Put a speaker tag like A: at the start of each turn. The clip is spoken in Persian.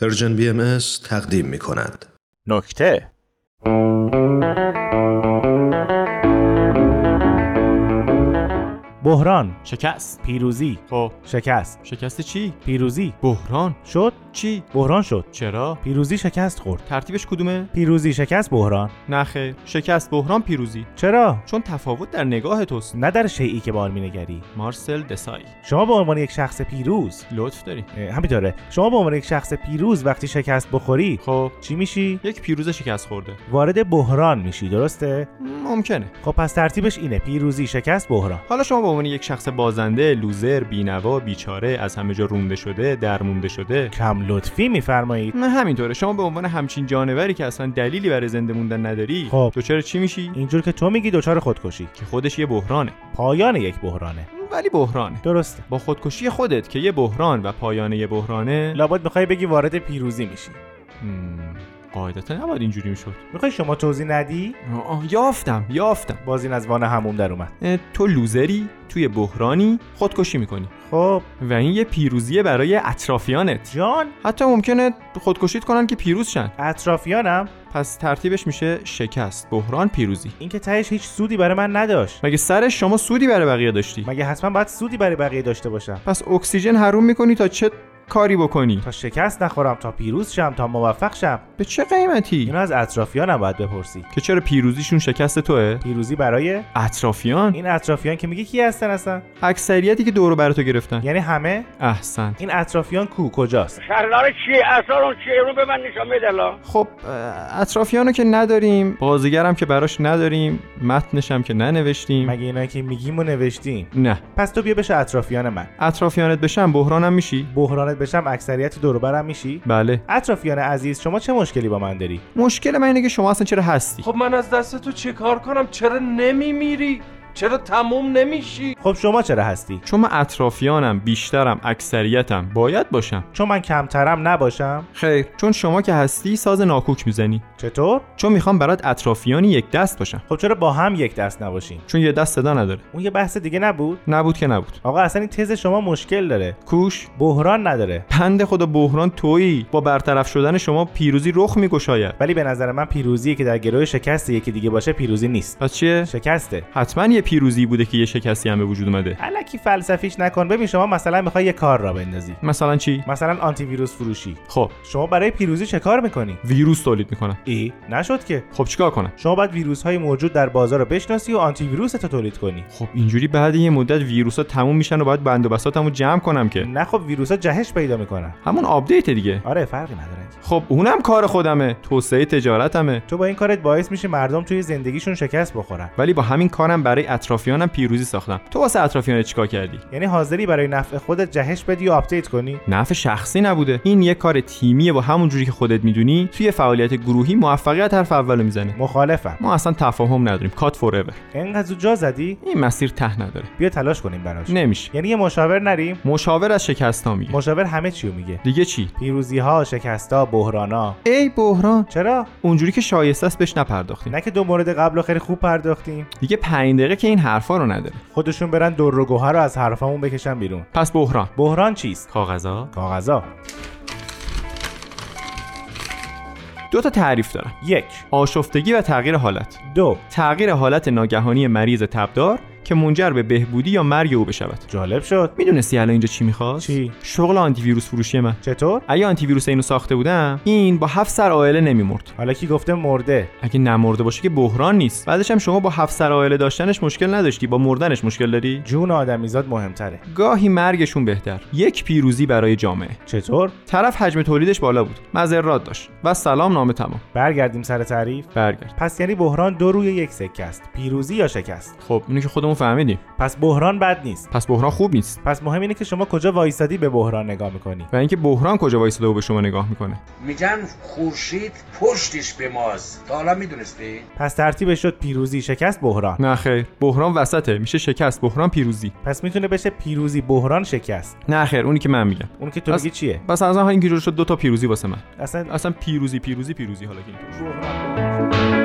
A: پرژن بی ام از تقدیم می کند.
B: نکته
C: بحران
D: شکست
C: پیروزی
D: خب
C: شکست
D: شکست چی
C: پیروزی
D: بحران
C: شد
D: چی
C: بحران شد
D: چرا
C: پیروزی شکست خورد
D: ترتیبش کدومه
C: پیروزی شکست بحران
D: نه خیر شکست بحران پیروزی
C: چرا
D: چون تفاوت در نگاه توست
C: نه در شیعی که بار مینگری
D: مارسل دسای
C: شما به عنوان یک شخص پیروز
D: لطف داری
C: اه، همینطوره شما به عنوان یک شخص پیروز وقتی شکست بخوری
D: خب
C: چی میشی
D: یک پیروز شکست خورده
C: وارد بحران میشی درسته
D: ممکنه
C: خب پس ترتیبش اینه پیروزی شکست بحران
D: حالا شما به عنوان یک شخص بازنده لوزر بینوا بیچاره از همه جا رونده شده درمونده شده
C: کم لطفی میفرمایید
D: نه همینطوره شما به عنوان همچین جانوری که اصلا دلیلی برای زنده موندن نداری
C: خب.
D: دچار چی میشی
C: اینجور که تو میگی دچار خودکشی
D: که خودش یه بحرانه
C: پایان یک بحرانه
D: ولی بحرانه
C: درسته
D: با خودکشی خودت که یه بحران و پایان یه بحرانه
C: لابد میخوای بگی وارد پیروزی میشی
D: مم، قاعدتا نباید اینجوری میشد
C: میخوای شما توضیح ندی
D: یافتم یافتم
C: باز این از وان هموم در اومد
D: اه، تو لوزری توی بحرانی خودکشی میکنی
C: خب
D: و این یه پیروزیه برای اطرافیانت
C: جان
D: حتی ممکنه خودکشیت کنن که پیروز شن
C: اطرافیانم
D: پس ترتیبش میشه شکست بحران پیروزی
C: این که تهش هیچ سودی برای من نداشت
D: مگه سرش شما سودی برای بقیه داشتی
C: مگه حتما باید سودی برای بقیه داشته باشم
D: پس اکسیژن حروم میکنی تا چه کاری بکنی
C: تا شکست نخورم تا پیروز شم تا موفق شم
D: به چه قیمتی
C: اینو از اطرافیانم باید بپرسی
D: که چرا پیروزیشون شکست توه
C: پیروزی برای
D: اطرافیان
C: این اطرافیان که میگی کی هستن اصلا
D: اکثریتی که دورو برای تو گرفتن
C: یعنی همه
D: احسن
C: این اطرافیان کو کجاست
E: سردار چیه اصلا اون چیه رو به من نشان بده لا
D: خب اه، اطرافیانو که نداریم بازیگرم که براش نداریم متنشم که ننوشتیم
C: مگه اینا که میگیم و نوشتیم
D: نه
C: پس تو بیا بشه اطرافیان من
D: اطرافیانت بشم بحرانم میشی
C: بحرانت بشم اکثریت دوروبرم میشی
D: بله
C: اطرافیان عزیز شما چه مشکلی با من داری
D: مشکل من اینه که شما اصلا چرا هستی
F: خب من از دست تو چه کار کنم چرا نمیمیری چرا تموم نمیشی
C: خب شما چرا هستی
D: چون من اطرافیانم بیشترم اکثریتم باید باشم
C: چون من کمترم نباشم
D: خیر چون شما که هستی ساز ناکوک میزنی
C: چطور
D: چون میخوام برات اطرافیانی یک دست باشم
C: خب چرا با هم یک دست نباشیم
D: چون یه دست صدا نداره
C: اون یه بحث دیگه نبود
D: نبود که نبود
C: آقا اصلا این تز شما مشکل داره
D: کوش
C: بحران نداره
D: پند خدا بحران تویی با برطرف شدن شما پیروزی رخ میگشاید
C: ولی به نظر من پیروزی که در گروه شکست یکی دیگه باشه پیروزی نیست
D: پس چیه
C: شکسته
D: حتما یه پیروزی بوده که یه شکستی هم به وجود اومده
C: الکی فلسفیش نکن ببین شما مثلا میخوای یه کار را بندازی
D: مثلا چی
C: مثلا آنتی ویروس فروشی
D: خب
C: شما برای پیروزی چه کار میکنی
D: ویروس تولید میکنم
C: ای نشد که
D: خب چیکار کنم
C: شما باید ویروس های موجود در بازار رو بشناسی و آنتی ویروس رو تولید کنی
D: خب اینجوری بعد یه مدت ویروس ها تموم میشن و باید بند و بساتمو جمع کنم که
C: نه خب ویروس ها جهش پیدا میکنن
D: همون آپدیت دیگه
C: آره فرقی نداره
D: خب اونم کار خودمه توسعه تجارتمه
C: تو با این کارت باعث میشه مردم توی زندگیشون شکست بخورن
D: ولی با همین کارم برای اطرافیانم پیروزی ساختم تو واسه اطرافیانت چیکار کردی
C: یعنی حاضری برای نفع خودت جهش بدی و آپدیت کنی
D: نفع شخصی نبوده این یه کار تیمیه و همون جوری که خودت میدونی توی فعالیت گروهی موفقیت حرف اولو میزنه
C: مخالفم
D: ما اصلا تفاهم نداریم کات فوراور
C: انقدر زود جا زدی
D: این مسیر ته نداره
C: بیا تلاش کنیم براش
D: نمیشه
C: یعنی یه مشاور نریم
D: مشاور از شکست ها میگه
C: مشاور همه چیو میگه
D: دیگه چی
C: پیروزی ها شکست ها بحران ها
D: ای بحران
C: چرا
D: اونجوری که شایسته است بهش نپرداختیم
C: نه که دو مورد قبل رو خیلی خوب پرداختیم
D: دیگه پنج دقیقه که این حرفا رو نداره
C: خودشون برن دور و گوهر رو از حرفامون بکشن بیرون
D: پس بحران
C: بحران چیست
D: کاغذا
C: کاغذا
D: دو تا تعریف دارم
C: یک
D: آشفتگی و تغییر حالت
C: دو
D: تغییر حالت ناگهانی مریض تبدار که منجر به بهبودی یا مرگ او بشود
C: جالب شد
D: میدونستی الان اینجا چی میخواست
C: چی؟
D: شغل آنتی ویروس فروشی من
C: چطور
D: اگه آنتی ویروس اینو ساخته بودم این با هفت سر عائله نمیمرد
C: حالا کی گفته مرده
D: اگه نمرده باشه که بحران نیست بعدش هم شما با هفت سر عائله داشتنش مشکل نداشتی با مردنش مشکل داری
C: جون آدمیزاد مهمتره
D: گاهی مرگشون بهتر یک پیروزی برای جامعه
C: چطور
D: طرف حجم تولیدش بالا بود مذرات داشت و سلام نامه تمام
C: برگردیم سر تعریف
D: برگرد
C: پس یعنی بحران دو روی یک سکه است پیروزی یا شکست
D: خب اینو که خودمون فهمیدیم
C: پس بحران بد نیست
D: پس بحران خوب نیست
C: پس مهم اینه که شما کجا وایسادی به بحران نگاه میکنی
D: و اینکه بحران کجا وایساده و به شما نگاه میکنه
E: میگن خورشید پشتش به ماست تا حالا میدونستی؟
C: پس ترتیبش شد پیروزی شکست بحران
D: نه خیر بحران وسطه میشه شکست بحران پیروزی
C: پس میتونه بشه پیروزی بحران شکست
D: نه خیر اونی که من میگم
C: اون که تو
D: پس-
C: میگی چیه
D: بس از هم اینجوری شد دو تا پیروزی واسه من
C: اصلا
D: اصلا پیروزی پیروزی پیروزی حالا که اینطور شد.